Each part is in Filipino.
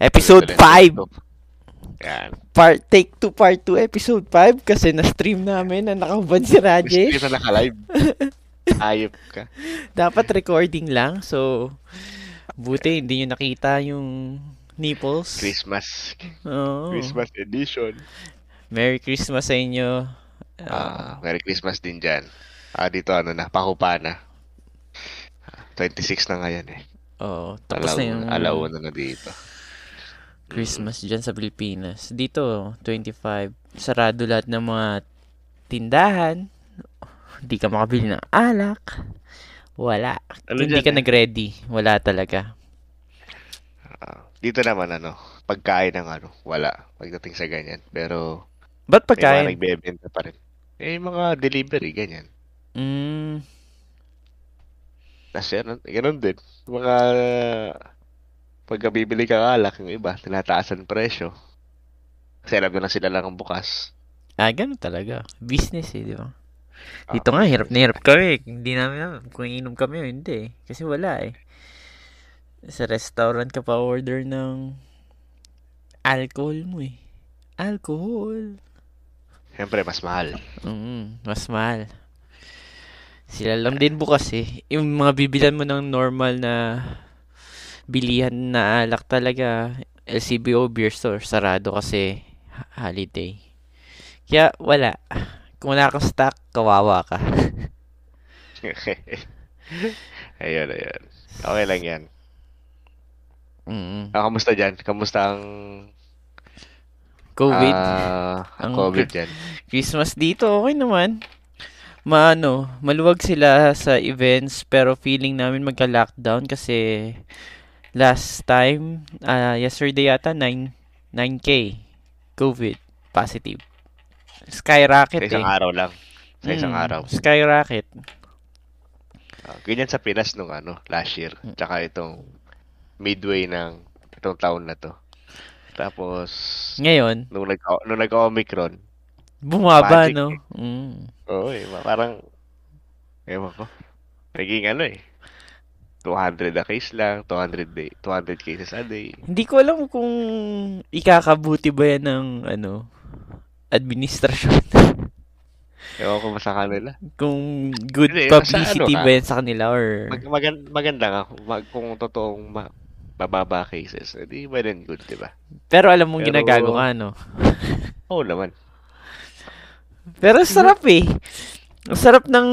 Episode 5, Yan. part take to part 2, episode 5 kasi na-stream namin na nakaban si Hindi Rajesh. na naka-live. Ayop ka. Dapat recording lang, so buti hindi nyo nakita yung nipples. Christmas. Oo. Christmas edition. Merry Christmas sa inyo. Ah, Ah, Merry Christmas din dyan. Ah, dito ano na, pakupa na. Ah, 26 na ngayon eh. oo, tapos alaw, na yung Alaw na na dito. Christmas dyan sa Pilipinas. Dito, 25. Sarado lahat ng mga tindahan. Hindi ka makabili ng alak. Wala. Ano Hindi dyan, ka eh? nag-ready. Wala talaga. Ah, dito naman ano, pagkain ng ano, wala. Pagdating sa ganyan. Pero Ba't may mga pagkain? nagbebenta pa rin. Eh, yung mga delivery, ganyan. Mm, Tapos yan, ganun din. Mga, pagka bibili ka ng alak, yung iba, tinataasan ang presyo. Kasi alam na sila lang ang bukas. ah, ganun talaga. Business eh, di ba? Ah, Dito nga, hirap na hirap kami. Hindi namin alam kung inom kami o hindi. Kasi wala eh. Sa restaurant ka pa order ng alcohol mo eh. Alcohol. Siyempre, mas mahal. Mm, mas mahal. Sila lang din bukas eh. Yung mga bibilan mo ng normal na bilihan na alak talaga, LCBO beer store, sarado kasi ha- holiday. Kaya wala. Kung wala kang stock, kawawa ka. ayun, ayun. Okay lang yan. Mm. Ah, kamusta dyan? Kamusta ang COVID. ah, ang Ang- COVID dyan? Christmas dito, okay naman. Maano, maluwag sila sa events pero feeling namin magka-lockdown kasi last time, ah, yesterday yata, 9, 9K COVID positive. Sa Skyrocket isang eh. araw lang. Sa isang Mm, araw. Skyrocket. Ah, ganyan sa Pinas nung ano, last year. Hmm. Tsaka itong midway ng itong taon na to. Tapos, Ngayon, nung, nag, nung nag-Omicron, bumaba Magic no. Mm. Oo eh, ma- parang, ewan ko. Naging ano eh, 200 a case lang, 200 day, 200 cases a day. Hindi ko alam kung ikakabuti ba yan ng ano administrasyon. Ewan ko ba sa kanila. kung good Hindi, nasa publicity ano ka? ba yan sa kanila or Mag, magan- maganda nga, kung mag, kung totoong ma- mababa cases, edi well and good, di ba? Pero alam mong Pero- ginagago ka, no? Oo naman. Pero sarap eh. Ang sarap ng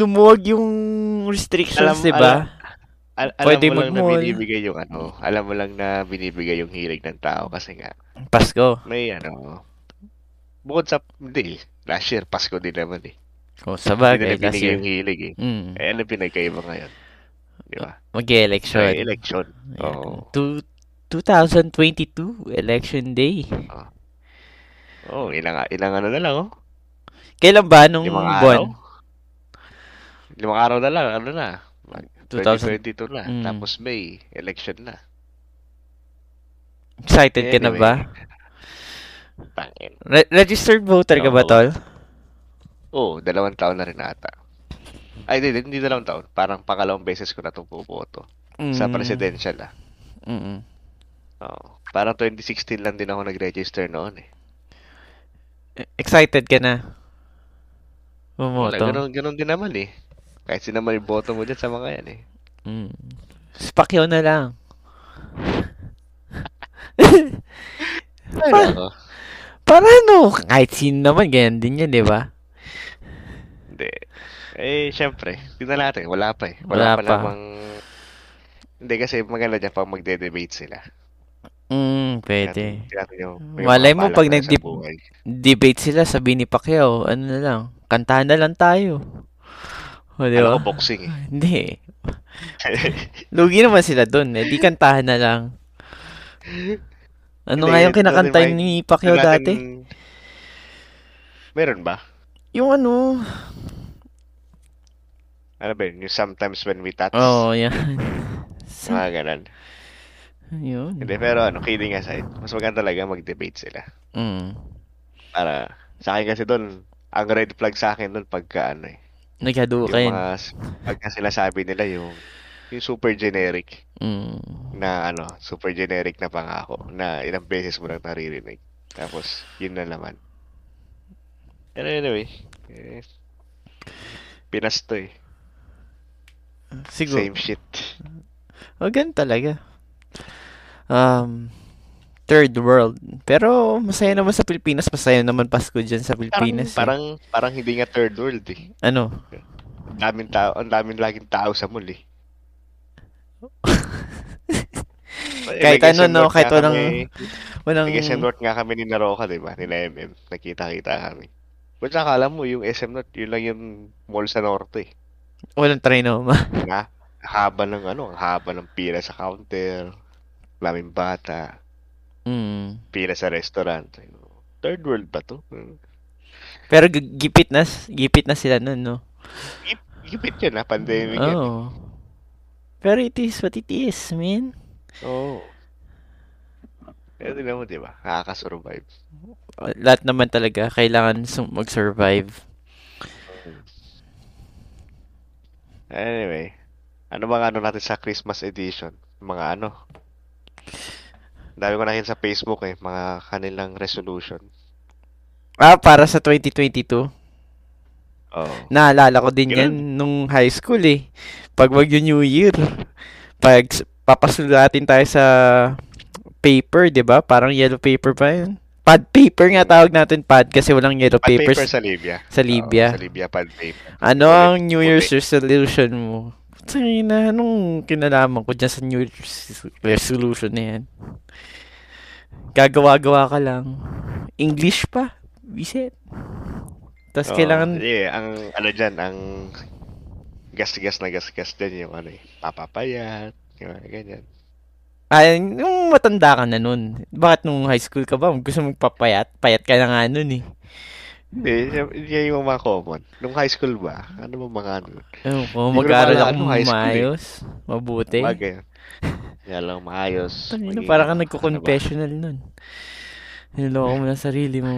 lumuwag yung restrictions, diba? Alam- di ba? Al- Pwede alam mo lang na mag-mall. binibigay yung ano, alam mo lang na binibigay yung hilig ng tao kasi nga, Pasko. may ano, bukod sa, hindi, last year, Pasko din naman eh. O, Oh, sa Hindi bagay, nila last binigay year. yung hilig eh. Mm, Eh, ano pinagkaiba ngayon? Di ba? May mag-election. election. Ayan. Oo. Two- 2022, election day. Oh, ilang ilang ano na lang oh. Kailan ba nung Limang araw. buwan? Limang araw na lang, ano na. 2000. 2022 na. Mm. Tapos May, election na. Excited ka na Anyway. ba? Tangin. Re- registered voter ka ba, Oo. tol? Oo, Oh, dalawang taon na rin ata. Ay, hindi, hindi dalawang taon. Parang pangalawang beses ko na itong puboto. Sa Mm, presidential ah. mm, mm. Oo. Parang 2016 lang din ako nag-register noon eh. E-, Excited ka na? Wala, Bumoto. ganun, ganun din naman eh. Kahit sino man yung boto mo dyan sa mga yan eh. Mm. Spakyo na lang. Ay, Pa- ako. Para ano, kahit sino naman, ganyan din yan, di ba? Hindi. Eh, syempre. Tingnan natin. Wala pa eh. Wala Wala, pa, pa. namang... Hindi kasi maganda dyan pag magde-debate sila. Mm, pwede. Tingnan natin yung- yung Malay mga mo balak pag nila sa nag-deb- buhay. Debate sila, sabi ni Pacquiao, ano na lang, kantahan na lang tayo. O, di ba? Alam ko boxing eh. Hindi. Lugi naman sila dun, eh. Di kantahan na lang. Ano Hindi, nga yung dati kinakanta may- ni Pacquiao Tingnan dati? natin- Meron ba? Yung ano? Ano ba yun? Yung sometimes when we touch. Oo, oh, Ah. yan. Sa, Mga ganun. yun. Hindi, pero ano, kidding aside. Mas maganda talaga mag-debate sila. Mm. Para, sa akin kasi doon, ang red flag sa akin doon pagka ano eh. Yung Naghadukin. mga, pagka sinasabi nila yung Yung super generic Mm. na ano, super generic na pangako na ilang beses mo lang naririnig. Tapos, yun na naman. Pero anyway, eh, Pinas to eh. Siguro. Same shit. O, ganun talaga. Um, third world. Pero, masaya naman sa Pilipinas. Masaya naman Pasko dyan sa Parang, Pilipinas. eh. parang, parang hindi nga third world eh. Ano? Ang daming tao, ang daming laging tao sa mall eh. Kahit ano, no, kahit walang- Walang... Nag-SM North nga kami ni Naroka, di ba? Nila MM. Nakita-kita kami. Ba't nakakala mo, yung SM North, yun lang yung mall sa Norte eh. Walang trinoma. Na, Diba? haba ng ano, ang haba ng pila sa counter, laming bata, Mm. pila sa restaurant. Third world ba to? Hmm. Pero gi- gipit na, s- gipit na sila nun, no? Gipit yun na, pandemic Oo. yun. Oh. Pero it is what it is, man. Oo. Pero tinan mo, di ba? Nakakasurvive. Lahat naman talaga, kailangan sum- mag-survive. Anyway, ano bang ano natin sa Christmas edition? Mga ano? Ang Dami ko nakita sa Facebook eh, mga kanilang resolution. Ah, para sa 2022. Oo. Naalala ko din Ganun. yan nung high school eh. Pag magyo New Year, pag s- papasulatin tayo sa paper, 'di ba? Parang yellow paper pa yun. Pad paper nga tawag natin pad kasi walang yellow Pad paper papers sa Libya. sa Libya. Oo, sa Libya, pad paper. Ano Ulit, ang New puti. Year's resolution mo? Tangin na, anong kinalaman ko dyan sa New Year's resolution na yan? Gagawa-gawa ka lang. English pa. Bisit. Tapos Oo, kailangan... eh, ang ano dyan, ang gas-gas na gas-gas dyan yung ano eh, papapayat, yung mga ganyan. Ay, nung matanda ka na nun. Bakit nung high school ka ba? Gusto mong papayat? Payat ka na nga nun eh. Hindi, Hmm. y- yun yung mga common. Nung high school ba? Ano ba mga ano? Ewan ko, Hindi ko na mag-aaral maalala ako nung high school eh. maayos. Mabuti. Bagay. Kaya lang maayos. Tangina, maging Eh. parang ka ano, nagko-confessional nun. Niloko mo na sarili mo.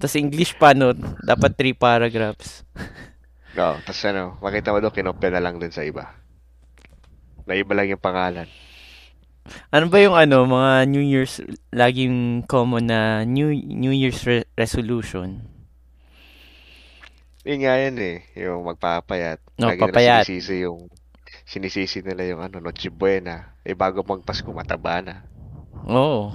Tapos English pa nun. Dapat three paragraphs. ano ba? Oo, tapos ano, makita mo doon, kinopya na lang din sa iba. Na iba lang yung pangalan. Ano ba yung ano, mga New Year's, laging common na New, New Year's re- resolution? Yun nga yan eh, yung magpapayat. No, Lagi nila papayat. sinisisi yung, sinisisi nila yung ano, Noche Buena. Eh, bago magpasko, mataba na. Oo.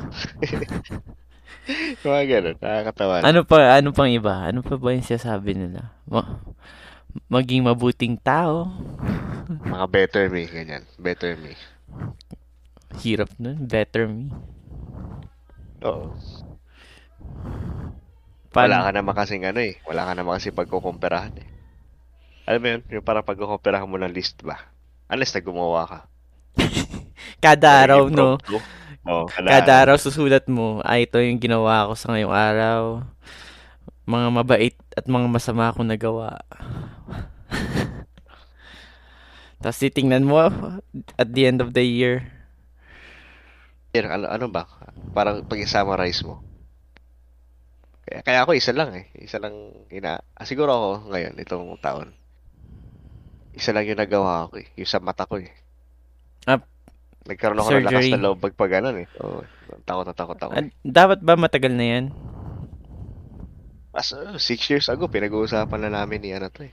Mga ganun, nakakatawa. na. Ano pa, ano pang iba? Ano pa ba yung sinasabi nila? Ma- maging mabuting tao. Mga better me, ganyan. Better me. Hirap nun. Better me. Oo. Wala Paano? ka naman kasing ano eh. Wala ka naman kasi pagkukumperahan eh. Alam mo yun, yung parang pagkukumperahan mo ng list ba? Unless na gumawa ka. Kada araw, Naging no? prompt ko. Oo, kada, Kada araw araw. susulat mo, ay ito yung ginawa ko sa ngayong araw. Mga mabait at mga masama akong nagawa. Tapos titingnan mo at the end of the year. Yun, ano, ano ba? Parang pag-summarize mo. Kaya, kaya ako isa lang eh. Isa lang ina... Ah, siguro ako ngayon, itong taon. Isa lang yung nagawa ko eh. Yung sa mata ko eh. Ah, Nagkaroon ako ng lakas surgery. na loob pag ganun eh. Oo, takot na takot ako. At dapat ba matagal na yan? As, uh, six years ago, pinag-uusapan na namin ni ano to eh,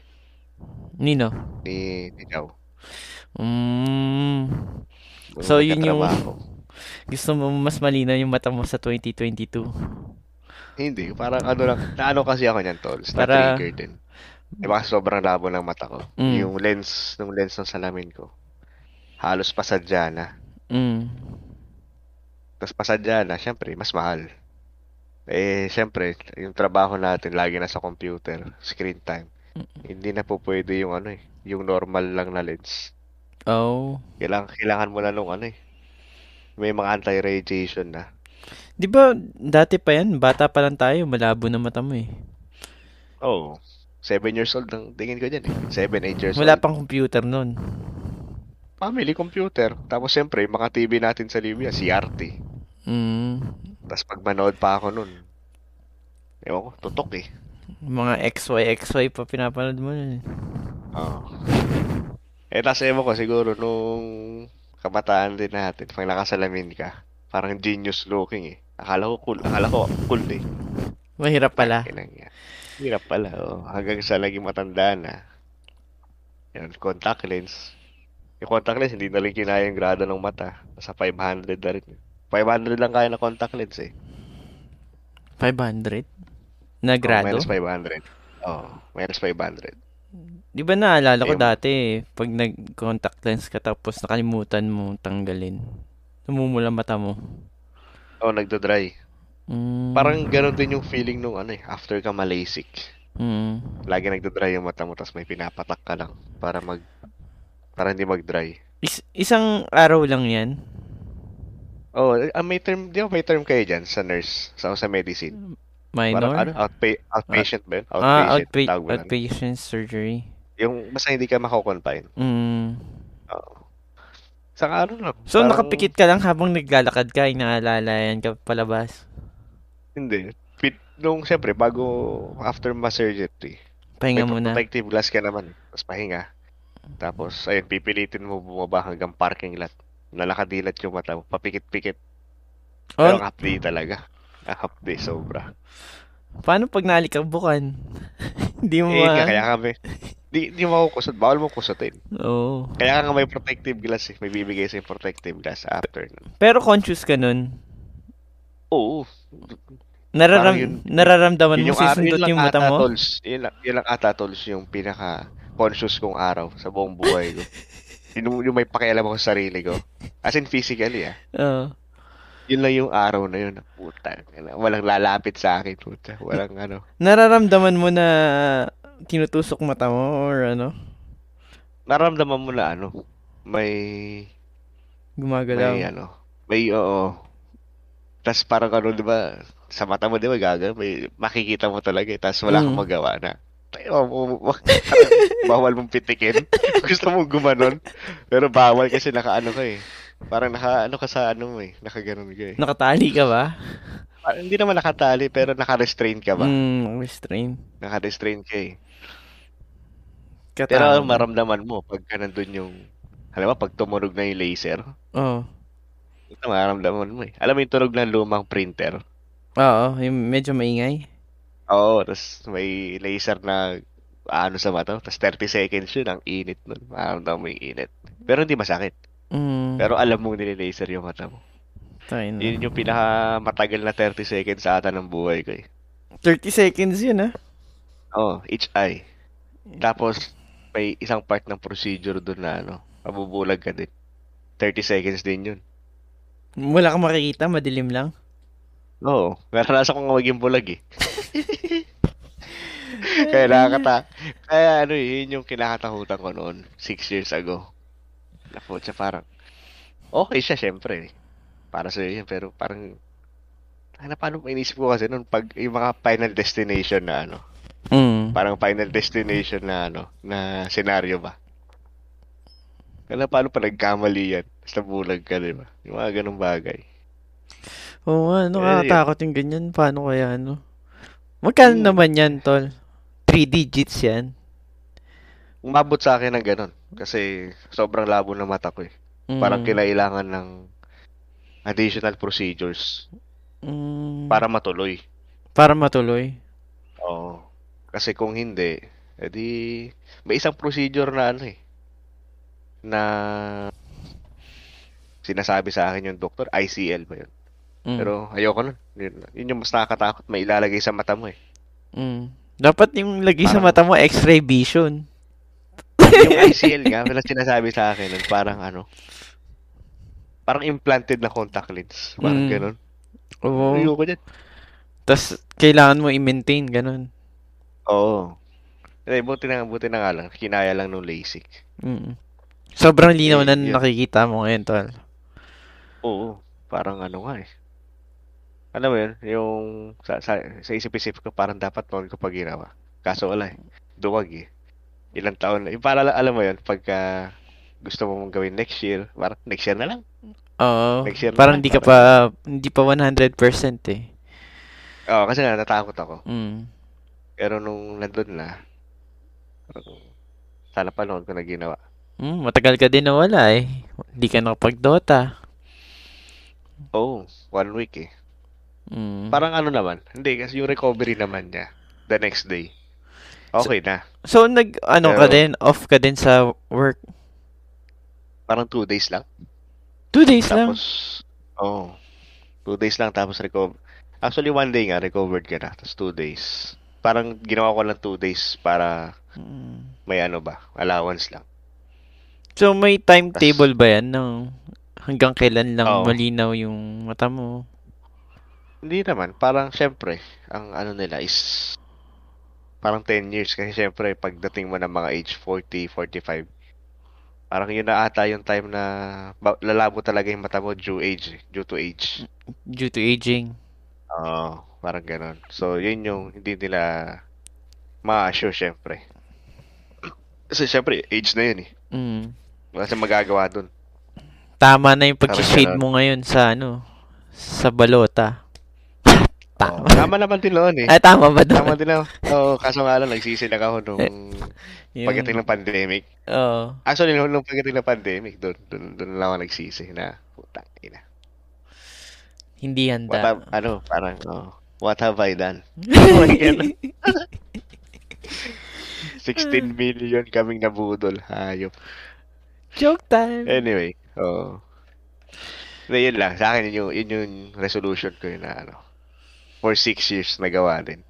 Nino? ni, ni Chow. Mm, Nung So, yun yung- nagkatrabaho. gusto mo mas malinaw yung mata mo sa 2022. Hindi, parang ano lang, naano kasi ako niyan, Tol. Para... Para- Na-trigger din. Eh, baka sobrang labo ng mata ko. Mm. Yung lens, nung lens ng salamin ko. Halos pasadya na. Mm. Tapos pasadya na, syempre, mas mahal. Eh, syempre, yung trabaho natin, lagi na sa computer, screen time. Hindi na po pwede yung ano eh, yung normal lang na lens. Oh. Kailangan, kailangan mo na nung ano eh. May mga anti-radiation na. Di ba, dati pa yan, bata pa lang tayo, malabo na mata mo eh. Oh, seven years old ang tingin ko dyan eh. Seven, eight years Wala old. pang computer nun. Family computer. Tapos siyempre, yung mga TV natin sa Libya, CRT. Mm. Tapos pag manood pa ako nun, ewan ko, tutok eh. eh. Mga XY, XY pa pinapanood mo nun. Oo. Eh, nasa ewan ko, siguro nung kabataan din natin, pag nakasalamin ka, parang genius looking eh. Akala ko cool, akala ko cool eh. Mahirap pala. Kinang yan. Hirap pala, oh. Hanggang sa naging matanda na. Yan, contact lens. Yung contact lens, hindi na rin kinaya yung grado ng mata. Nasa 500 na rin. 500 lang kaya na contact lens eh. 500? Na grado? Oh, minus 500. Oh, minus 500. Di ba naalala ko Ayun. dati, eh, pag nag-contact lens ka tapos nakalimutan mo tanggalin, namumula mata mo. Oh, nagda-dry. Mm, Parang ganun din yung feeling nung ano eh, after ka malasik. Mm, Lagi nagda-dry yung mata mo, tapos may pinapatak ka lang para mag... Para hindi mag-dry. is- isang araw lang yan. Oh, ah, may term, di ba may term kayo dyan sa nurse, sa, sa medicine? Parang ano, Minor? outpa- outpatient ba yun? ah, outpa- tawag mo nun. outpatient surgery. Yung basta hindi ka makakonfine. Mm. Oo. Sa ano lang. So, parang- nakapikit ka lang habang naglalakad ka, inaalala yan ka palabas. Hindi. Pit, nung siyempre, bago, after ma surgery, Pahinga may muna. protective glass ka naman. eh. Tapos pahinga. Tapos, ayun, pipilitin mo bumaba hanggang parking lot. Nalakadilat yung mata mo. Papikit-pikit. Pero Oh, half day talaga. Ah, Half day, sobra. paano pag naalikabukan? Hindi mo Eh, yun nga, ma- kaya kami. Di, di mo kukusot. Bawal mo kusotin. Oo. Kaya nga may protective glass eh. May bibigay sa'yo protective glass after. nun. Pero conscious ka nun. Oo. Nararam, yun- nararamdaman mo Yun sisindot yun lang yung mata ata, mo? Tolls, yun, lang, yun lang ata, Tolls, yung pinaka-conscious kong araw sa buong buhay ko. yun, yung- yung may pakialam ako sa sarili ko. As in physically, ah. Oo. Yun lang yung araw na yun. Puta. Walang lalapit sa akin, puta. Walang ano. Nararamdaman mo na tinutusok mata mo or ano? Naramdaman mo na ano. May, may Gumagalaw. ano. May, oo. Tapos parang ano, di ba, sa mata mo, di ba, gaga, may makikita mo talaga, eh, tapos wala kang Mm. magawa na. Tayo, mo- mo- bawal mong pitikin. Gusto mong gumanon. Pero bawal kasi nakaano ka eh. Parang nakaano ka sa ano mo eh. Nakaganon ka eh. Nakatali ka ba? Parang hindi naman nakatali pero naka-restrain ka ba? Mm, restrain. Naka-restrain ka eh. Katama. Pero maramdaman mo pagka nandun yung alam mo, pag tumunog na yung laser, Oo. ito maramdaman mo eh. Alam mo yung tunog ng lumang printer? Oo, yung medyo maingay. Oo, tapos may laser na ano sa mata, tapos 30 seconds yun, ang init nun. Maramdaman mo yung init. Pero hindi masakit. Mm, Pero alam mo nililaser yung mata mo. tayo na. Yun yung pinaka matagal na 30 seconds sa ata ng buhay ko eh. 30 seconds yun ah. Oo, each eye. Tapos, may isang part ng procedure doon na ano, mabubulag ka din. 30 seconds din yun. Wala kang makikita, madilim lang. Oo, naranasan ko nga maging bulag eh. kaya nakakata... Kaya ano eh, yun yung kinakatakutan ko noon, 6 years ago. Naku, siya parang... Okay siya, syempre. eh. Para sa'yo yun, pero parang... Ano, paano inisip ko kasi noon pag yung mga final destination na ano, Mm. parang final destination na ano, na scenario ba? Kala paano pa nagkamali yan? Tapos nabulag ka, di ba? Yung mga ganong bagay. Oo nga, ano, Eh, nakakatakot yung ganyan. Paano kaya ano? Magkano Mm. naman yan, tol? 3 digits yan. Umabot sa akin ng ganon. Kasi sobrang labo ng mata ko eh. Mm. Parang kinailangan ng additional procedures Mm. para matuloy. Para matuloy. Oo. Kasi kung hindi, edi may isang procedure na ano eh na sinasabi sa akin yung doktor, ICL ba yun? Mm. Pero ayoko nun. Yun, yun yung mas nakakatakot, may ilalagay sa mata mo eh. Mm. Dapat yung lagay sa Parang- mata mo, x-ray vision. Yung ICL nga, wala sinasabi sa akin nun, parang ano, parang implanted na contact lens. Parang Mm. ganun. Oo. Ayoko dyan. Tapos, kailangan mo i-maintain, ganun. Oo. Eh, buti na, buti na nga lang. Kinaya lang nung LASIK. Mm. Sobrang linaw na Eh, yun. nakikita mo ngayon, tol. Oo. Parang ano nga eh. Alam mo yun, yung sa, sa, sa isip-isip ko parang dapat noon ko pa ginawa. Kaso wala eh. Duwag eh. Ilang taon na. Yung para lang- alam mo yun, pagka gusto mo mong gawin next year, parang next year na lang. Oo. Next year na Parang lang, hindi ka pa, hindi pa 100% eh. Oo, kasi nga natatakot ako. Mm. Pero nung nandun na, parang sana pa noon ko na ginawa. Mm, matagal ka din nawala eh. Hindi ka nakapag-Dota. Oh, one week eh. Mm. Parang ano naman. Hindi, kasi yung recovery naman niya. The next day. Okay na. So, nag, ano ka Pero- din? Off ka din sa work? Parang two days lang. Two days lang? Tapos, oh, two days lang tapos recover. Actually, one day nga, recovered ka na. Tapos two days. Parang ginawa ko lang two days para Mm. may ano ba, allowance lang. So, may timetable ba yan? Ng hanggang kailan lang Oo. malinaw yung mata mo? Hindi naman, parang syempre, ang ano nila is parang 10 years kasi syempre pagdating mo ng mga age 40, 45, parang yun na ata yung time na ba- lalabo talaga yung mata mo due age, eh, due to age. Due to aging. Oo, parang ganun. So, yun yung hindi nila ma-assure, syempre. Kasi syempre, age na yun eh. Mm. Wala siyang magagawa dun. Tama na yung pag-shade ganun. mo ngayon sa ano? Sa balota. Oo. Tama. Tama naman din noon eh. Ay, tama ba doon? Tama din ako. Oo, kaso nga lang, nagsisilag ako nung Yung- pagdating ng pandemic. Oo. Actually, Ah, nung, nung pagdating ng pandemic, dun, dun, dun lang ako nagsisi na, putang ina. Hindi What handa. have, ano, parang, oh, what have I done? Parang ganun. Mm. 16 million kaming nabudol. Hayop. Joke time. Anyway, oo. Na yun lang. Sa akin, yun yung, yun yung resolution ko yun na ano. For six years nagawa din.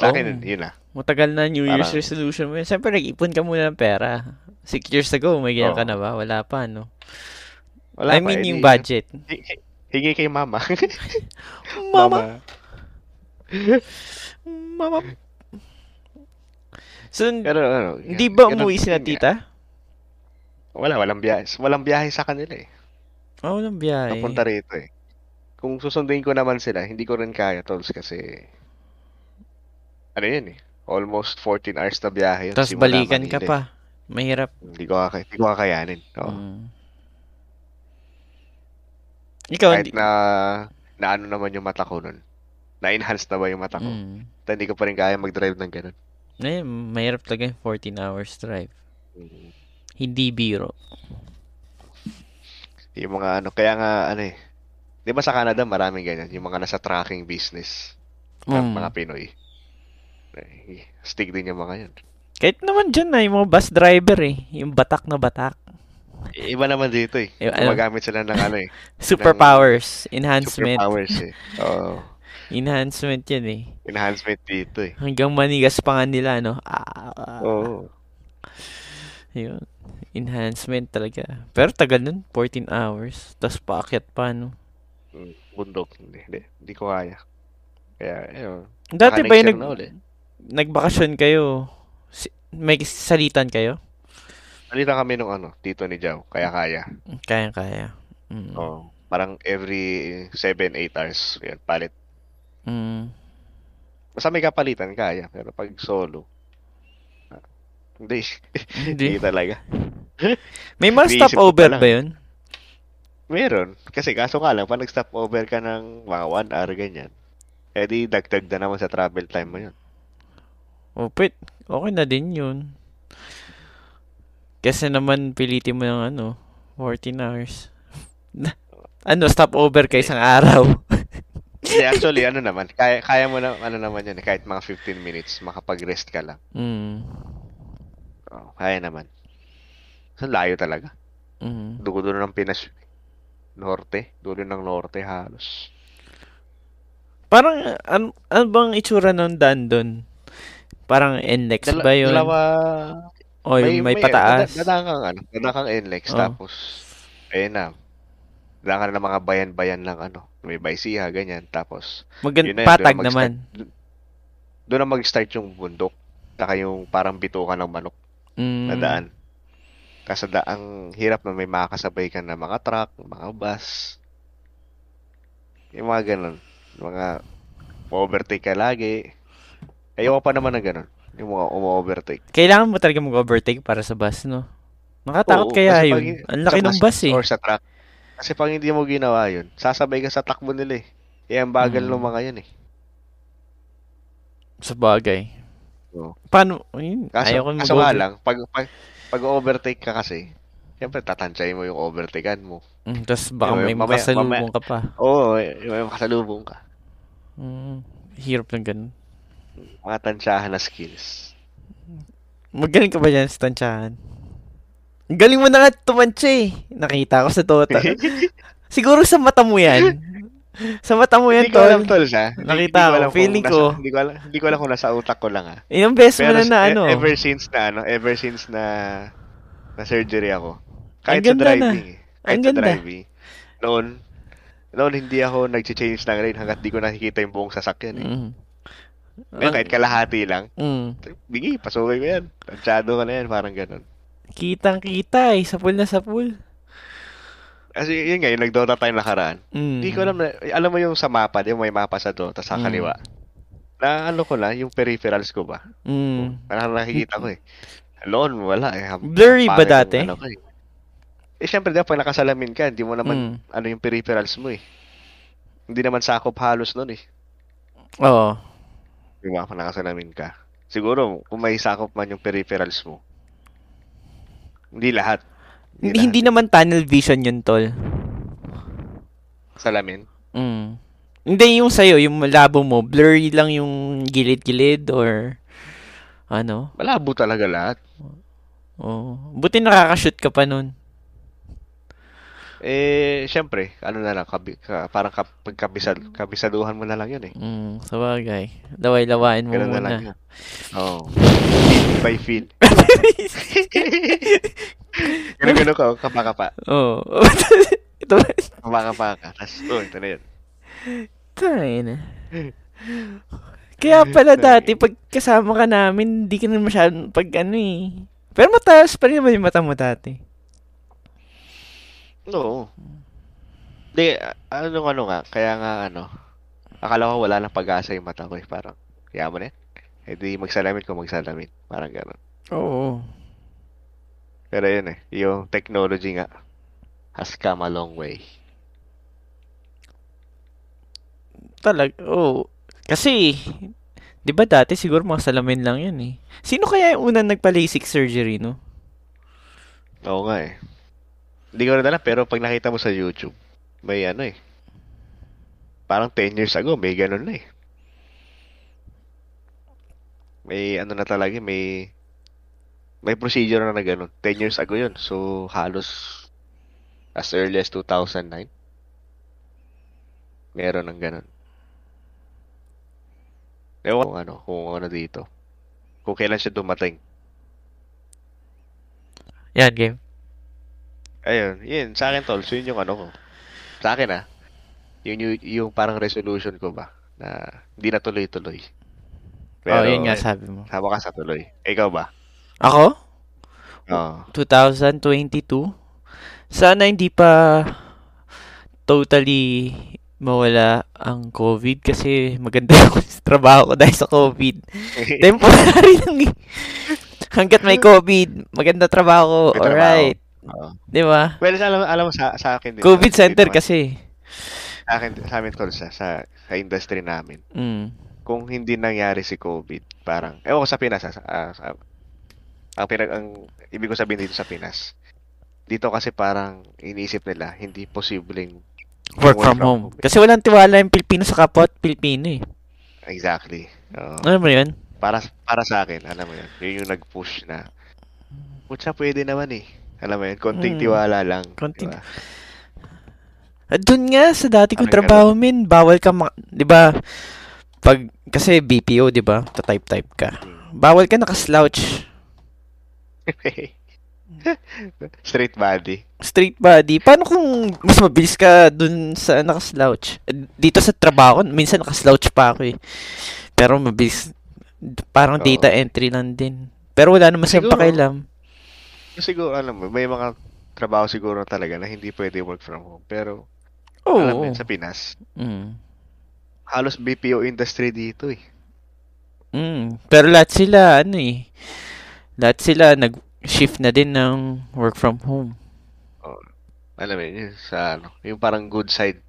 Sa akin, Oo. yun na. Matagal na New Year's Parang- resolution mo yun. Siyempre, nag-ipon ka muna ng pera. Six years ago, may ganyan ka Oo. na ba? Wala pa, no? Wala I pa, mean, eh, yung di- budget. hi- hi- Hingi kay mama. Mama, mama. So, Pero ano. hindi ba ganun- umuwi sila yun nga. tita? Wala, walang biyahe. Walang biyahe sa kanila eh. Oh, walang biyahe. Napunta rito eh. Kung susundin ko naman sila, hindi ko rin kaya, Tols, kasi... Ano yun eh? Almost 14 hours na biyahe yun. Tapos simula balikan ka Manila eh. pa. Mahirap. Hindi ko, kaka- hindi ko kakayanin. Oo. Mm. Ikaw, Kahit hindi- na na ano naman yung mata ko nun. Na-enhance na ba yung mata ko? Mm. Ta- Hindi ko pa rin kaya mag-drive ng ganun. Ayun, mahirap talaga yung 14 hours drive. Hindi biro. Yung mga ano, kaya nga ano eh. 'Di ba sa Canada maraming ganyan, yung mga nasa trucking business ng Mm. mga Pinoy. Eh, Stick din yung mga yun. Kahit naman dyan na, yung mga bus driver eh. Yung batak na batak. I- Iba naman dito eh. Eh, ano? Gumagamit sila ng ano eh, Superpowers. Enhancement. superpowers eh. Oo, Enhancement yun eh. enhancement dito eh. Hanggang manigas pa nga nila, no? Ah, ah, ah. Oo. Yun. Enhancement talaga. Pero tagal nun. 14 hours. Tapos paakyat pa, no? Mm, Bundok. Hindi, hindi, hindi ko kaya. Kaya, ayun. Dati Baka ba yung next year nag, na ulit. nagbakasyon kayo? si- May salitan kayo? Salita kami nung ano, tito ni Jao. Kaya-kaya. Kaya-kaya. Mm. Oo. Parang every 7, 8 hours, yun, palit. Mm. Basta may kapalitan, kaya. Pero pag solo, ah, hindi. Hindi. Hindi talaga. May mga Iniisip ko pa stopover lang. ba yun? Meron. Kasi kaso nga lang, pag nag-stop over ka ng mga 1 hour, ganyan, eh di dagdag na naman sa travel time mo yun. Upit. Oh, Okay na din yun. Kasi naman pilitin mo ng ano, 14 hours. Na- ano, stopover ka isang araw. Hindi, actually, ano naman, kaya, kaya mo na, ano naman yun, eh, kahit mga 15 minutes, makapag-rest ka lang. Mm. Oo, kaya naman. Sa layo talaga. Mm. Dulo ng Pinas. Norte. Dulo ng Norte halos. Parang, an, ano bang itsura ng daan doon? Parang NLEX Dala- ba yun? Dalawa, o yung may, pataas? Dada, dadaan kang ano, dadaan kang NLEX Oh. tapos ayun na. Dadaan ka na ng mga bayan-bayan ng ano, may Baysiha ganyan tapos Magan- yun na yun, patag doon naman. mag-start. doon na mag-start yung bundok. Saka yung parang bituka ng manok Mm. na daan. Kasi da, ang hirap na may makakasabay ka na mga truck, mga bus. Yung mga ganun. Mga overtake ka lagi. Ayoko pa naman ng ganun. Yung mga umu-overtake. Kailangan mo talaga mag-overtake para sa bus, no? Nakatakot Oo, kaya kasi yun. pag- Ang laki sa ng bus eh. Or sa truck. Kasi pag hindi mo ginawa yun, sasabay ka sa takbo nila eh. Kaya ang bagal Mm. ng mga yun eh. Sa bagay. Oo. Paano? Ayun, Kaso, ayaw ko kaso nga mag-overtake. lang, pag, pag, Pag overtake ka kasi, siyempre tatansyahin mo yung overtakean mo. Mm, Tapos baka Anyway, may mamaya- makasalubong ka pa. Oo, eh, may makasalubong ka. Mm, hirap ng ganun. Mga tansyahan na skills. Magaling ka ba dyan sa tansyahan? Ang Galing mo na nga tumansya eh. Nakita ko sa tota. Siguro sa mata mo yan. sa mata mo yan, Hindi ko alam, tol. tol, siya. Nakita ko, feeling ko. Hindi ko alam, hindi ko alam kung nasa utak ko lang, ah. Yung best mo na na Pero s- e- ano. Ever since na, ano, ever since na, na surgery ako. Ang Kahit sa ganda driving. eh. Kahit Ang sa ganda. driving. Noon, noon hindi ako nag-change ng lane hanggat di ko nakikita yung buong sasakyan, eh. Mm. Ngayon, kahit kalahati lang, Mm. bingi, pasukin ko yan. Tansyado ka na yan, parang ganun. Kitang-kita eh. Sapul na sapul. Kasi yun nga, yung nag-Dota tayo nakaraan. Mm. Hindi ko alam na, alam mo yung sa mapa, yung may mapa sa Dota sa Mm. kaliwa. Na ano ko na, yung peripherals ko ba? Mm. Parang nakikita ko eh. Alone, wala eh. Ang- Blurry ba ang pangit ng dati? Ano ko eh. eh, syempre, dapat pag nakasalamin ka, hindi mo Mm. naman, ano yung peripherals mo eh. Hindi naman sakop halos nun eh. Oo. Di ba, pag nakasalamin ka. Siguro, kung may sakop man yung peripherals mo. Hindi lahat. Hindi, lahat. hindi naman tunnel vision yun, tol. Salamin. Mm. Hindi yung sa'yo, yung malabo mo, blurry lang yung gilid-gilid or ano. Malabo talaga lahat. Oh. Buti nakakashoot ka pa nun. Eh, syempre, ano na lang, kabi, ka, parang kap, pagkabisad, kabisaduhan mo na lang yun eh. Mm, sa bagay. Laway-lawain mo Ganun na muna. lang yun. Oo. Feel by feel. Ganun-ganun ka, kapakapa. Oo. Oh. Ito ba? Kapakapa ka. Tapos, oh, ito na yun. Tayo na. Kaya pala dati, pag kasama ka namin, hindi ka na masyadong pag ano eh. Pero mataas pa rin naman yung mata mo dati. Oo. Hindi, ano ano nga, kaya nga ano, akala ko wala nang pag-asa yung mata ko eh, parang, kaya mo na yan. Eh di magsalamin ko magsalamin, parang ganun. Oo. Pero yun eh, yung technology nga, has come a long way. Talag, oo. Kasi, di ba dati siguro mga salamin lang yan eh. Sino kaya yung unang nagpa-LASIK surgery, no? Oo nga eh. Hindi ko rin alam, pero pag nakita mo sa YouTube, may ano eh. Parang 10 years ago, may ganun na eh. May ano na talaga, may may procedure na na ganun. 10 years ago yun. So, halos as early as 2009. Meron ng ganun. Ewan ko kung ano, kung ano dito. Kung kailan siya dumating. Yan, game. Ayun, yun. Sa akin, tol, so yun yung ano ko. Sa akin, ah. Yun yung, yung parang resolution ko ba? Na hindi na tuloy-tuloy. oh, yun nga eh, sabi mo. sama ka sa tuloy. Ikaw ba? Ako? Oo. 2022? Sana hindi pa totally mawala ang COVID kasi maganda ako sa trabaho ko dahil sa COVID. Temporary lang eh. Hanggat may COVID, maganda trabaho. May trabaho. Alright. Oo. Di ba? Well, sa, alam, alam mo, sa, sa akin din. COVID sa- center dito kasi. Sa akin, sa amin, tol, sa, sa, sa industry namin. Mm. Kung hindi nangyari si COVID, parang, ewan ko sa Pinas, ah, sa, ah, sa- ang, pinag, ang ibig ko sabihin dito sa Pinas, dito kasi parang iniisip nila, hindi posibleng Work from home. Kasi walang tiwala yung Pilipino sa kapwa at Pilipino eh. Exactly. Oo. Ano mo yun? Para para sa akin, alam mo 'yun. 'Yun yung nag-push na. Putsa, pwede naman eh. Alam mo 'yun, konting Mm. tiwala lang, Konting- di ba? At doon nga sa dati kong Parang trabaho min, bawal ka ma- 'di ba? Pag kasi BPO, 'di ba? Tatype-type ka. Bawal ka naka-slouch, Straight body. straight body. Paano kung mas mabilis ka doon sa naka-slouch? Dito sa trabaho, ko, minsan naka-slouch pa ako eh. Pero mabilis parang Oo. data entry lang din. Pero wala naman siyang Siguro. pakialam. Siguro alam mo, may mga trabaho siguro talaga na hindi pwede work from home. Pero alam mo Oo. 'yun, sa Pinas, Mm. halos BPO industry dito eh. Mm. Pero lahat sila ano eh. Lahat sila nag-shift na din ng work from home. Alam mo 'yun, yung sa ano, yung parang good side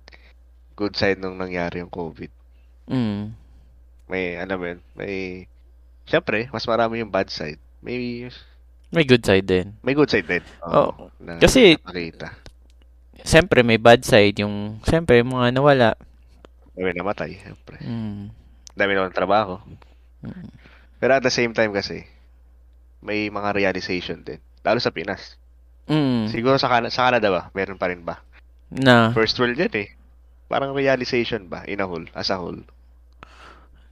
good side nung nangyari yung COVID. Mm. May alam mo 'yun, may Siyempre, mas marami yung bad side. May May good side din. May good side din. Oo. na, Oh, Kasi, nakita. siyempre, may bad side. Yung, siyempre, yung mga nawala. May namatay, siyempre. Mm. dami naman ng trabaho. Mm. Pero at the same time kasi, may mga realization din. Lalo sa Pinas. Mm. Siguro sa, Can- sa Canada ba? Meron pa rin ba? Na. First world yan eh. Parang realization ba? In a whole. As a whole.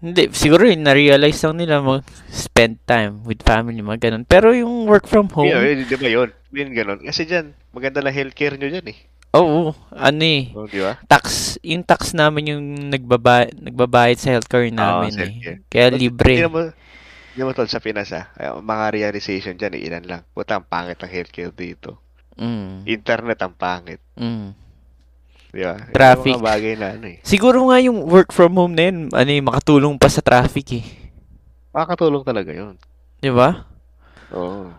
Hindi, siguro yun, na-realize lang nila mag-spend time with family, mga ganun. Pero yung work from home, Yeah, yun, di ba yun? Yun ganun. Kasi dyan, maganda na healthcare nyo dyan eh. oo, ano eh, Oh, di ba? tax, yung tax namin yung nagbaba, nagbabayad sa healthcare namin eh. sa healthcare. Kaya But, libre. Ah, Hindi mo, hindi mo tol sa Pinas ah. Ay, Mga realization dyan eh. Ilan lang. Puta, ang pangit ng healthcare dito. Mm, Internet ang pangit. mm. Di ba? Yung Traffic. Mga bagay na ano eh. Siguro nga yung work from home na yun, ano eh, makatulong pa sa traffic eh. Makakatulong talaga yun. Di ba? Oo.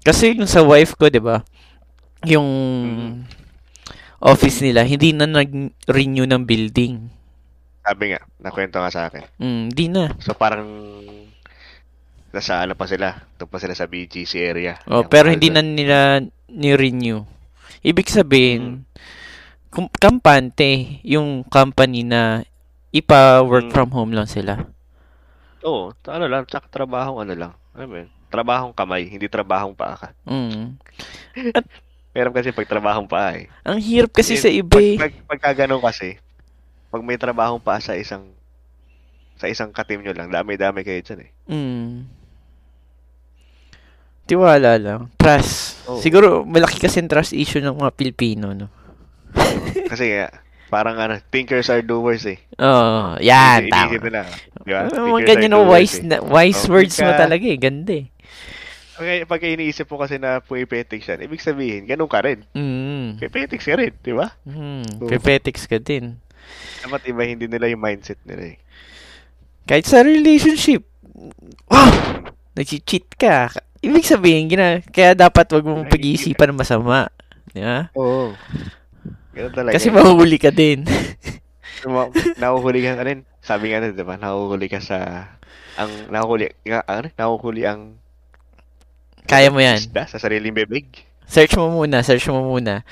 Kasi yung sa wife ko, di ba, yung Mhm. office nila, hindi na nag-renew ng building. Sabi nga, nakwento ka sa akin. Mm, di na. So parang nasa ano pa sila, doon pa sila sa BGC area. Oh, Yung pero mahal hindi na doon. nila ni-renew. Ibig Mm. sabihin, kum- kampante yung company na ipa-work Mm. from home lang sila. Oo, ta- ano lang, tsaka trabahong ano lang. Ano ba yun? Trabahong kamay, hindi trabahong paa ka. Mm. Meron kasi pag trabahong paa eh. Ang hirap kasi Yun, sa iba eh. Pag, pag, pagka ganun kasi, pag may trabahong paa sa isang sa isang katim nyo lang, dami-dami kayo dyan eh. Mm. Tiwala lang. Trust. Oo. Siguro, malaki kasi ang trust issue ng mga Pilipino, no? Kasi nga, parang ano, thinkers are doers eh. Oo, yan, Iniisip- tama. Iniisip nila. Di ba? Ah, Thinkers Mga are ganyan no, doers wise, eh. na, wise Oo. words mo Pagka- talaga eh. Ganda eh. Pag, pag iniisip mo kasi na puipetik siya, ibig sabihin, ganun ka rin. Mm. Hmm. Puipetik ka rin, di ba? Mm. Oo. Pepetics ka din. Dapat iba hindi nila yung mindset nila eh. Kahit sa relationship. Wow! Nag-cheat ka. Ibig sabihin, gina, kaya dapat wag mong pag-iisipan ng masama. Di ba? Oo. Ganun talaga. Kasi eh. mahuhuli ka din. Ma- nahuhuli ka rin. Sabi nga nila, di ba? Nahuhuli ka sa... Ang nahuhuli... Nga, ano? Nahuhuli ang... Kaya mo yan. Isda sa sariling bibig. Search mo muna, search mo muna.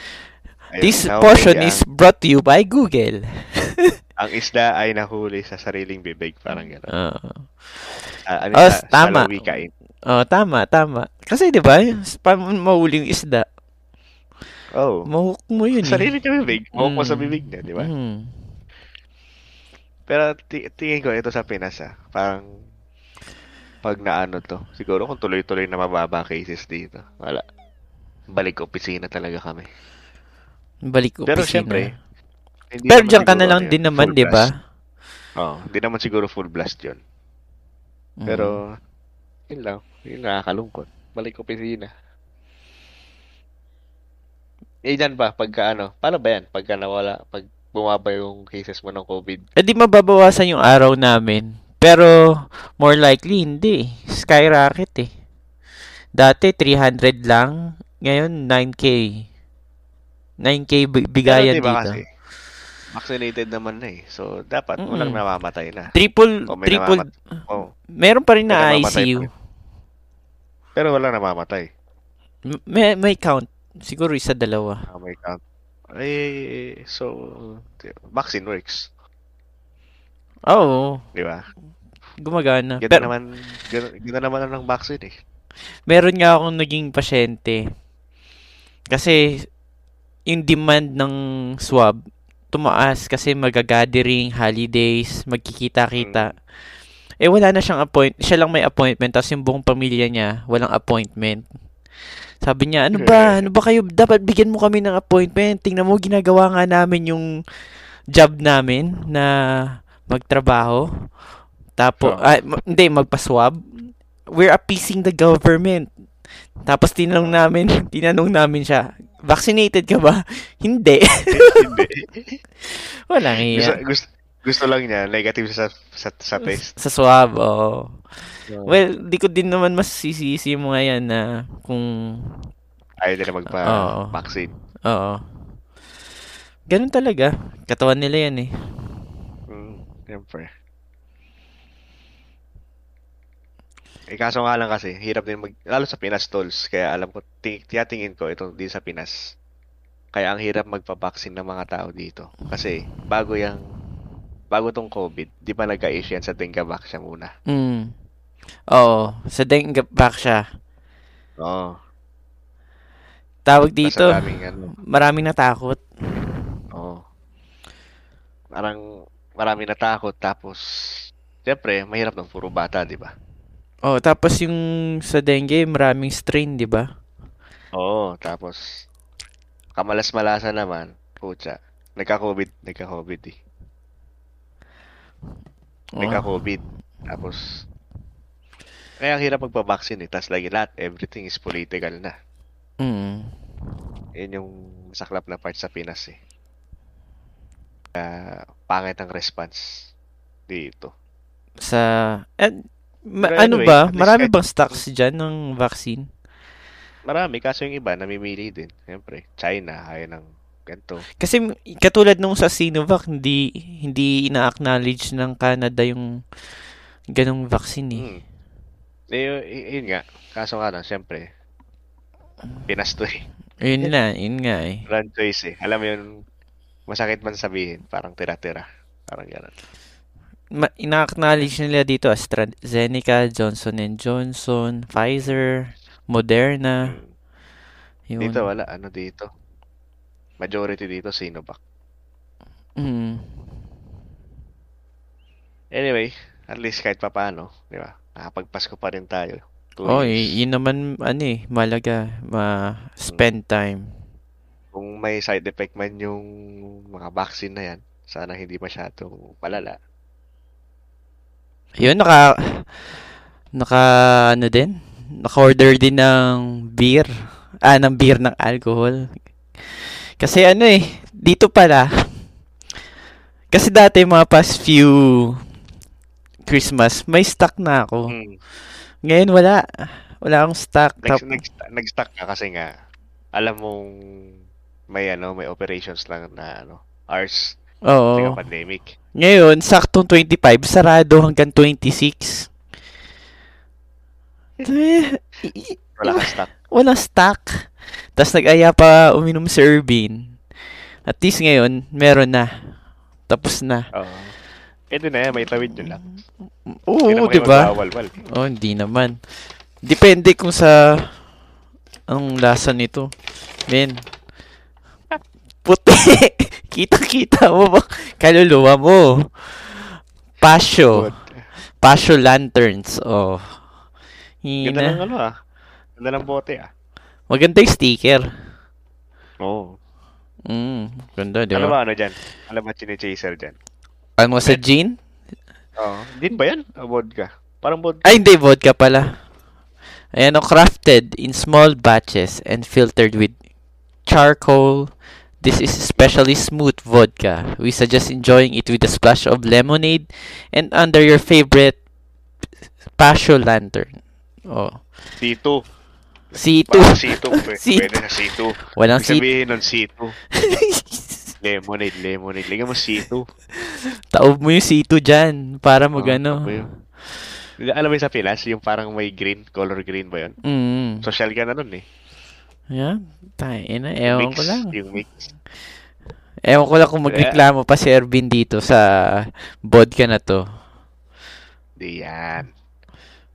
Ayun, This nahuhuli portion ang- is brought to you by Google. Ang isda ay nahuli sa sariling bibig. Parang gano'n. Oo. Ah, ano Oh, sa, tama. Sa lawikain. Oh, tama, tama. Kasi 'di ba, paano mahuli yung isda? Oh. Mahuk mo yun. Eh. Sarili niya bibig. Mahuk mo sa Mm. bibig niya, di ba? Mm. Pero ti- tingin ko ito sa Pinas ah. Parang pag naano to, siguro kung tuloy-tuloy na mababa cases dito. Wala. Balik opisina talaga kami. Balik ko Pero syempre, hindi Pero naman diyan ka siguro na lang ano din yun, naman, full 'di ba? blast. Oo, hindi naman siguro full blast 'yon. Mm. Pero yun lang, yun nakakalungkot. Balik opisina. Eh yan ba pagka ano? Paano ba yan pagka nawala, pag bumaba yung cases mo ng COVID? Eh di mababawasan yung araw namin. Pero, more likely, hindi. Skyrocket eh. Dati, 300 lang. Ngayon, 9K. 9K bi- Pero bigayan di ba dito. kasi vaccinated naman na eh. So dapat Mm-mm. walang namamatay na. Triple, O, may triple, Oh, meron pa rin May na namamatay ICU. pa pero walang namamatay. M- May, may count. Siguro isa dalawa. Oh my God. Eh, so, di- vaccine works. Oo, Di ba? gumagana. Ganda Ah, Pero, naman, ganda, ganda naman ang ng vaccine eh. meron nga akong naging pasyente. Kasi, yung demand ng swab, tumaas kasi magagathering, holidays, magkikita-kita. Eh, wala na siyang appointment. Siya lang may appointment, tapos yung buong pamilya niya, walang appointment. Sabi niya, ano ba? Ano ba kayo? Dapat bigyan mo kami ng appointment. Tingnan mo, ginagawa nga namin yung job namin na magtrabaho. Tapos, Oo. ah, ma- hindi, magpa-swab. We're appeasing the government. Tapos tinanong namin, tinanong namin siya, vaccinated ka ba? Hindi. Hindi. Walang gusto, iya. gusto, gusto lang niya, negative siya sa, sa, sa test. Sa swab, oo. So, Well, di ko din naman masisisi yung mga yan na kung... ayaw nila Oo. magpa-vaccine. Oo. Ganun talaga. Katawan nila yan eh. Mm, siyempre. Eh, kaso nga lang kasi, hirap din mag... Lalo sa Pinas tolls, kaya alam ko, ting, tiyatingin ko itong di sa Pinas. Kaya ang hirap magpabaksin ng mga tao dito. Kasi bago yung... Bago tong COVID, di ba nagka-issue yan sa dengue vaccine muna? Mm. Oo, sa dengue back siya. Oo. Tawag Tapos dito, ang daming ano. maraming natakot. Oo. Parang marami natakot. Tapos, syempre, mahirap ng puro bata, di ba? Oh, tapos yung sa dengue, maraming strain, 'di ba? Oo, tapos kamalas-malasan naman, putya. Nagka-COVID, nagka-COVID eh. Oo. Nagka-COVID. Tapos kaya ang hirap magpabaksin eh. Tapos lagi lahat, everything is political na. Mm. Yun yung saklap na part sa Pinas eh. Kaya pangit ang response dito. Sa eh, ma- Pero ano anyway, ba? at least Marami kahit- bang stocks diyan ng vaccine? Marami, kaso yung iba, namimili din. Siyempre, China, ayaw ng ganito. Kasi m- katulad nung sa Sinovac, hindi hindi ina-acknowledge ng Canada yung ganong vaccine eh. Hmm. Eh, y- y- yun nga. Kaso nga lang, siyempre, Pinas to eh. Yun na, yun nga eh. Run choice eh. Alam mo yun, masakit man sabihin, parang tira-tira. Parang ganun. Ma- ina-acknowledge nila dito AstraZeneca, Johnson and Johnson, Pfizer, Moderna, Mm. Ah, yun. Dito wala, ano dito? Majority dito, Sinovac. Mm. Anyway, at least kahit papaano, di ba? Nakapagpasko pa rin tayo. Two Oh, years. y- yun naman ano eh, malaga ma-spend time. Kung may side effect man yung mga vaccine na yan, sana hindi masyadong malala. Yun, naka, naka, ano din, naka-order din ng beer, ah, ng beer ng alcohol. Kasi ano eh, dito pala, kasi dati mga past few Christmas, may stock na ako. Mm. Ngayon wala, wala akong stock. Nag, Tap- nag- nag-stuck ka kasi nga, alam mong may ano, may operations lang na ano, hours, kasi oo. nga pandemic. Ngayon, saktong 25, sarado hanggang 26. Eh, i- i- Wala kang stock. walang stock. Tapos nag-aya pa uminom si Irvin. At least ngayon, meron na. Tapos na. Oo. Eh, di na yan, may tawid yun lang. Hindi Oo, naman di kayo ba? magwawalwal. Oh, hindi naman. Depende kung sa anong lasa nito. Men. Puti. Kita-kita mo ba? Kaluluwa mo. Pasyo. Good. Pasyo lanterns. Oh. Ganda ng Hina. ano ah. Ganda ng bote ah. Maganda yung sticker. Oo. Mm, ganda, di Alam ba? ba ano dyan? Alam ba chine-chaser dyan? Ano sa gin? Oo. Din ba yan? O vodka? Parang vodka. Ay, hindi. Vodka pala. Ayan, oh, crafted in small batches and filtered with charcoal. This is especially smooth vodka. We suggest enjoying it with a splash of lemonade and under your favorite passion lantern. Oh. C2. C2. Parang C2. Pwede, C2. pwede na C2. Walang Ibig C2. sabihin nun C2. Lemonade, lemonade. Liga mo C2. Taob mo yung C2 dyan para mag Oo, ano. ano yun? Alam mo yung sa Pilas, yung parang may green, color green ba yun? Mm. Social ka na nun eh. Yeah. Tayo na. Ewan mix, ko lang. Yung mix. Ewan ko lang kung magreklamo pa si Ervin dito sa vodka na to. Di yan.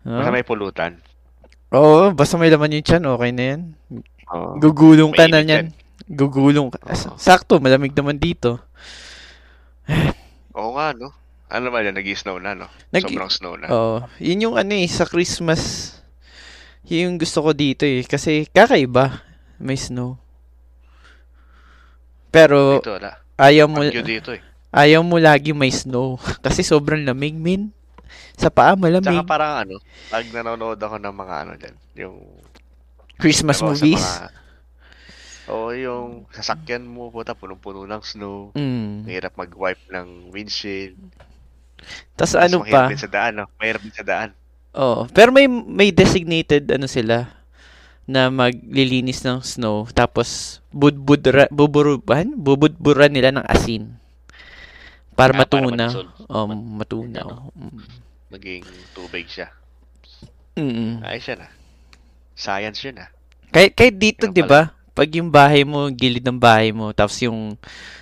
No? Basta may pulutan. Oo, basta may laman yung chan, okay na yan. Oo. Gugulong ka na Mainit niyan. Gugulong ka. Oo. Sakto, malamig naman dito. Oo nga, no? Ano ba yan? Nag-snow na, no? Nag- Sobrang snow na. Oo. Yun yung ano eh, sa Christmas. Yun yung gusto ko dito eh. Kasi kakaiba. May snow. Pero Dito, wala. ayaw mo, Bagyo dito, eh. ayaw mo lagi may snow. Kasi sobrang lamig, min. Sa paa, malamig. Tsaka parang ano, pag nanonood ako ng mga ano dyan, yung... Christmas ako Diba, sa movies. mga- Oo, yung sasakyan mo, puta, punong-puno ng snow. Mm. Mahirap mag-wipe ng windshield. Tapos Mas ano mahirap pa? din sa daan, no? Mahirap din sa daan. Oo. Pero may may designated ano sila na maglilinis ng snow tapos budbudra buburuban bubudburan nila ng asin para Ah, para matunaw. mag-dissolve. um, matunaw. Mm. Maging tubig siya. Mm. Ayos yan ah. Science yun ah. Kahit, kahit dito, Yun di ba? Pag yung bahay mo, gilid ng bahay mo, tapos yung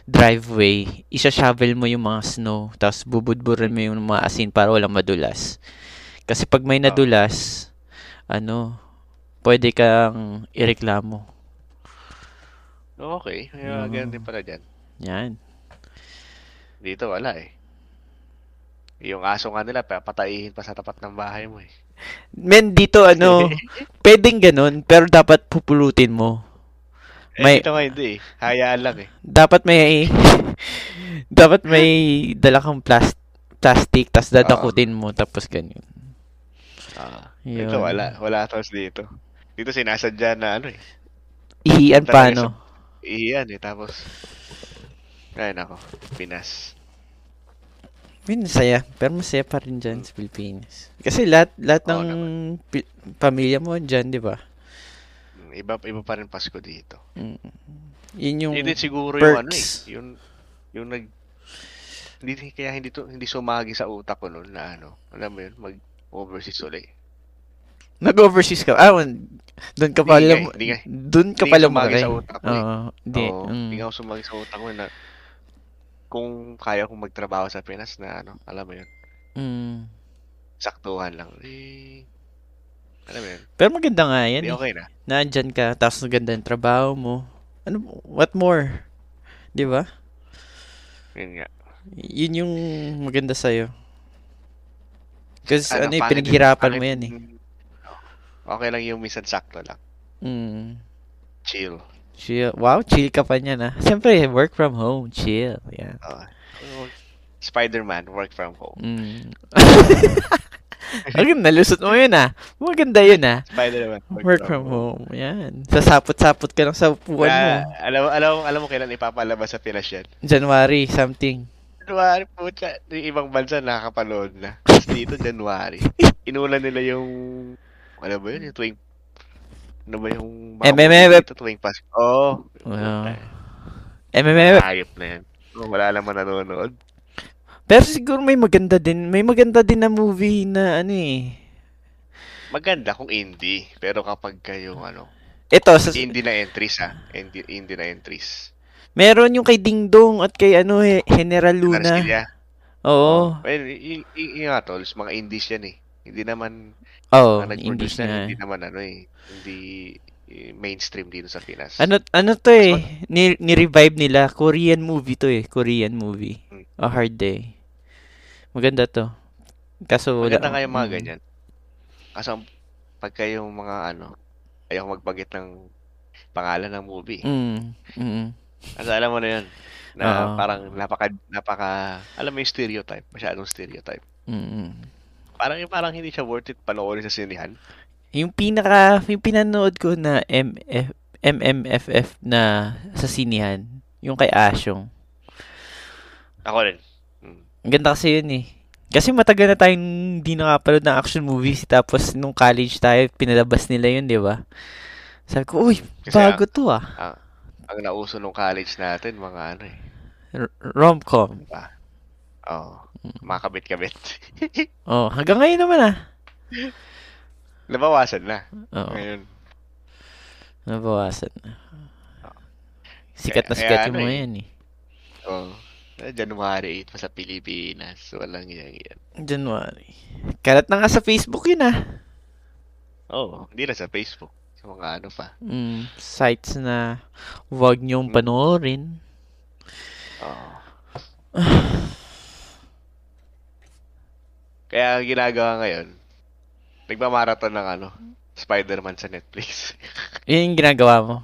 driveway, isa-shovel mo yung mga snow, tapos bubudburan mo yung mga asin para walang madulas. Kasi pag may Oo. nadulas, ano, pwede kang ireklamo. Okay. Kaya Mm. ganun din pala dyan. Yan. Dito wala eh. Yung aso nga nila, papatayin pa sa tapat ng bahay mo eh. Men, dito ano, pwedeng ganun, pero dapat pupulutin mo. May- May... Eh, dito nga hindi eh. Hayaan lang eh. Dapat may, dapat may dala kang plas- plastic, tapos dadakutin mo, tapos ganyan. Ah, Yun. Dito wala. Wala tos dito. Dito sinasadya na ano eh. Ihian pa, Talaga ano? Iyan eh. Tapos, ay nako. Pinas. Yun, saya. Pero masaya pa rin dyan sa Pilipinas. Kasi lahat, lahat Oo ng pi- pamilya mo dyan, di ba? Iba, iba pa rin Pasko dito. Mm. Yun yung... Hindi siguro yung ano eh. perks. Yung, yung nag... Hindi, kaya hindi, to, hindi sumagi sa utak ko noon na ano. Alam mo yun, mag-overseas ulit. Nag-overseas ka. Ah, wan- doon ka Hindi pala... nga eh, mo- hindi nga eh. Doon ka Hindi pala nga sumagi lumaki. sa utak ko eh. Oo, hindi. Oo, mm. hindi nga ako sumagi sa utak ko na kung kaya kong magtrabaho sa Pinas na ano, alam mo yun, Mm. saktuhan lang. Eh, alam mo yun, Pero maganda nga yan. eh. hindi okay na. Nandyan ka, tapos maganda yung trabaho mo. Ano, what more? Di ba? Yun nga. Yun yung maganda sa'yo. Kasi ano, eh, pangit- pinaghirapan mo pangit- yan eh. Okay lang yung minsan sakto lang. Mm. Chill. Chill. Wow, chill ka pa niyan ah. Siyempre, work from home. Chill. Yan. Oo. Ah. Spider-Man, work from home. Mm. Ayun, nalusot mo yun ah. Maganda yun ah. Spider-Man, Work from home. Yan. Sasapot-sapot ka lang sa upuan mo. Kaya, Ah, alam, mo- alam, mo- alam mo kailan ipapalabas sa Pinas yan? January, something. January po, yung ibang bansa nakakapanood na. Tapos dito, January. Inulan nila yung, ano ba yun, yung tuwing, ano ba yung, mga MMM. movie dito, tuwing Pasko. Oo. Wow. Puta, MMM. Ayop na yan. Oh, wala naman nanonood. Pero siguro may maganda din. May maganda din na movie na ano eh. Maganda kung indie, pero kapag kayong ano, Ito, sa, indie na entries ha, indie, indie na entries. meron yung kay Ding Dong at kay ano, eh, General Luna. Oh. Luna. Oo. Well, y- y- y- yung nga tol, mga indies yan eh. Hindi naman, Oo, mga Oh, nag-produce English na, na. hindi naman ano eh, hindi eh, mainstream dito sa Pinas. Ano ano to eh, ni, ni-revive nila. Korean movie to eh, Korean movie. Mm. A Hard Day. Maganda to. Kaso wala. Maganda nga yung mga mm. ganyan. Kaso ang- pagka yung mga ano, ayaw magbagit ng pangalan ng movie. Mm. mm. Kasi alam mo na yun, na Oo. parang napaka, napaka, alam mo yung stereotype, masyadong stereotype. Mm. Parang parang hindi siya worth it panoorin sa sinihan. Yung pinaka yung pinanood ko na MF MMFF na sa sinihan, yung kay Asyong. Ako rin. Hmm. Ang ganda kasi yun eh. Kasi matagal na tayong hindi nakapanood ng action movies tapos nung college tayo pinalabas nila yun, 'di ba? Sabi ko, uy, Kasi bago to ah. ang nauso nung college natin, mga ano eh. R- Rom-com. Oo. Mga kabit-kabit. Oh, hanggang ngayon naman ah. Nabawasan na. Oo. Ngayon. Nabawasan na. Sikat na Kaya- sikat kaya yung ano mga eh. yan eh. Oo. Eh, January 8 pa sa Pilipinas. Walang yan yan. January. Kalat na nga sa Facebook yun ah. Oo. Hindi na sa Facebook. Sa mga ano pa. Mm, sites na wag niyong panoorin. Oo. Kaya ang ginagawa ngayon, nagmamarathon ng ano, Spider-Man sa Netflix. Yun yung ginagawa mo.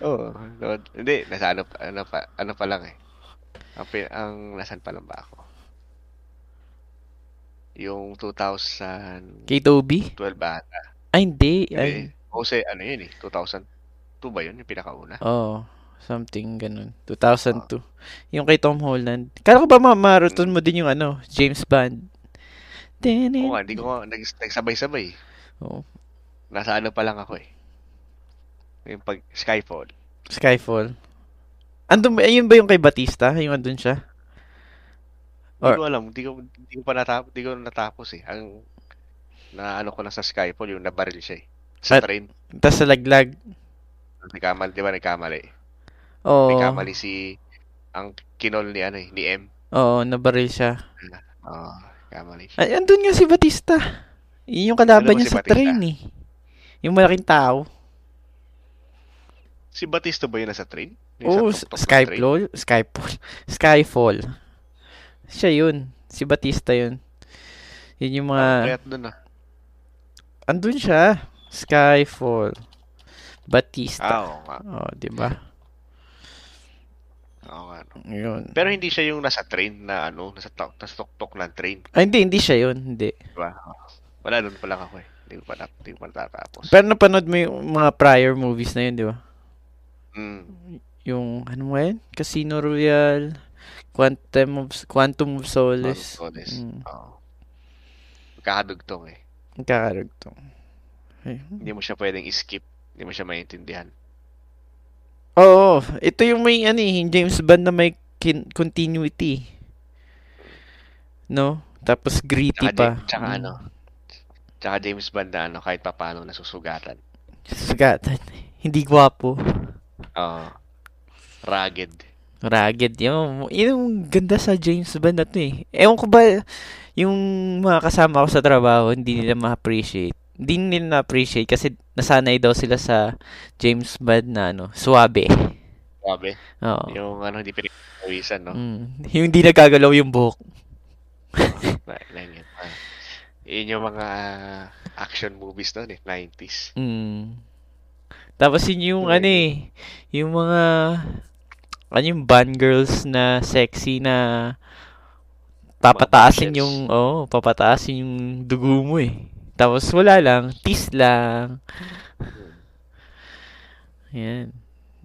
Oo. no, hindi, nasa ano, pa- ano, pa, ano pa lang eh. Ang, pin- ang nasan pa lang ba ako? Yung 2012 Kay Toby? ba ata? Ay, hindi. Hindi. Ay, Jose, ano yun eh? 2002 ba yun? Yung pinakauna? oh, something ganun. 2002. Ah. Yung kay Tom Holland. Kala ko ba ma- marathon mo din yung ano, James Bond? Oo nga, hindi ko nga- nag, nagsabay-sabay. Oo. Nasa ano pa lang ako eh. Yung pag Skyfall. Skyfall. Andun ba, ayun ba yung kay Batista? Yung andun siya? Hindi Or- ko alam, hindi ko, hindi ko pa natapos, hindi ko natapos eh. Ang na ano ko lang sa Skyfall, yung nabaril siya eh. Sa At- train. Tapos nalaglag. Nagkamali, di ba? Nagkamali. Oo. Nagkamali si... Ang kinol ni ano eh, ni M. Oo, nabaril siya. Oo, kamali. Ay, andun nga si Batista. Yun yung kalaban Ano ba niya si sa Batista? train eh. Yung malaking tao. Si Batista ba yun nasa train? Yung Oo, sa tuktok ng train? Skyfall. Skyfall. Skyfall. Siya yun. Si Batista yun. Yun yung mga... Kaya't dun ah. Andun siya. Skyfall. Batista. Ah, oo nga. Oh, di ba? Oo nga. no. Yun. Pero hindi siya yung nasa train na ano, nasa, ta- nasa tuktok ng train. Ay, hindi, hindi siya yun. Hindi. Di ba? Wala nun pa lang ako eh. Hindi ko pa, na- hindi ko pa natapos. Pero napanood mo yung mga prior movies na yun, di ba? Mm. Yung, ano nga yun? Casino Royale, Quantum of, Quantum of Solace. Solis. Mm, Oo. Magkakadugtong eh. ang kakarugtong. Ay. Hindi mo siya pwedeng skip. Hindi mo siya maintindihan. Oo, ito yung may, ano eh, yung James Bond na may kin- continuity. No? Tapos gritty Tsaka, pa. Ja- tsaka Mm. ano. Tsaka James Bond na ano, kahit papano nasusugatan. Sugatan. Hindi gwapo. Oo. Ah, Rugged. Ragged yun. Yun Yung ganda sa James Bond na to eh. Ewan ko ba, yung mga kasama ko sa trabaho, hindi nila ma-appreciate. Hindi nila na-appreciate kasi nasanay daw sila sa James Bond na ano, suabe. Grabe. Oo. Yung ano, hindi pinagpawisan, no? Mm. Yung hindi nagagalaw yung buhok. Na- Langit. Ah. Yun yung mga ah, action movies noon eh, 90s. Mm. Tapos yun yung Correct. ano eh, yung mga, ano yung band girls na sexy na papataasin boobshells. yung, oh, papataasin yung dugo mo eh. Tapos wala lang, tease lang. Yan.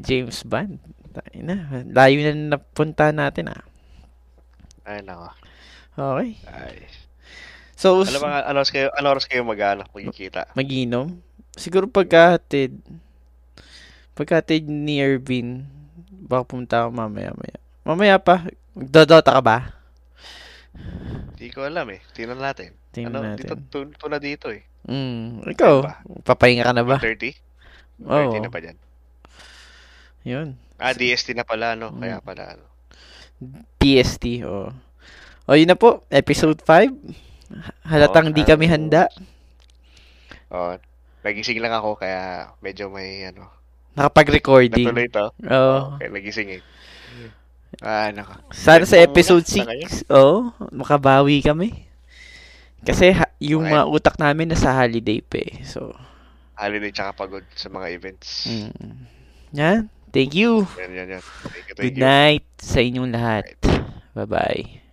James Bond. Tayo na. Layo na napunta natin ah. Ay, nako. Okay. Ay. So, Alam mo nga, ano oras kayo, ano oras kayo mag-anak magkikita? maginom. Siguro pagkahatid. Pagkahatid ni Irvin. Baka pumunta ako mamaya maya. Mamaya pa. Dodota ka ba? Hindi ko alam eh. Tingnan natin. Tingnan ano, natin. dito, to, to na dito eh. Mm, ikaw, papahinga ka na ba? 30? 30 Oo. na pa dyan. Yun. Ah, DST na pala, no? Kaya Mm. pala, ano. PST, oo. O oh. yun na po, episode 5. Halatang Oo, di kami ah, handa. Oh, nagising lang ako, kaya medyo may, ano, Nakapag-recording. natuloy to. Oo. Kaya nagising eh. Hmm. Ah, nako. Sana sa Nagmumula episode na kayo? 6, oo, makabawi kami. Kasi ha- yung Okay. mga utak namin nasa holiday pa eh. So, Holiday tsaka pagod sa mga events. mm. Yan. Thank you. Yan, yan, yan. Thank you, thank Good you. night sa inyong lahat. Bye-bye.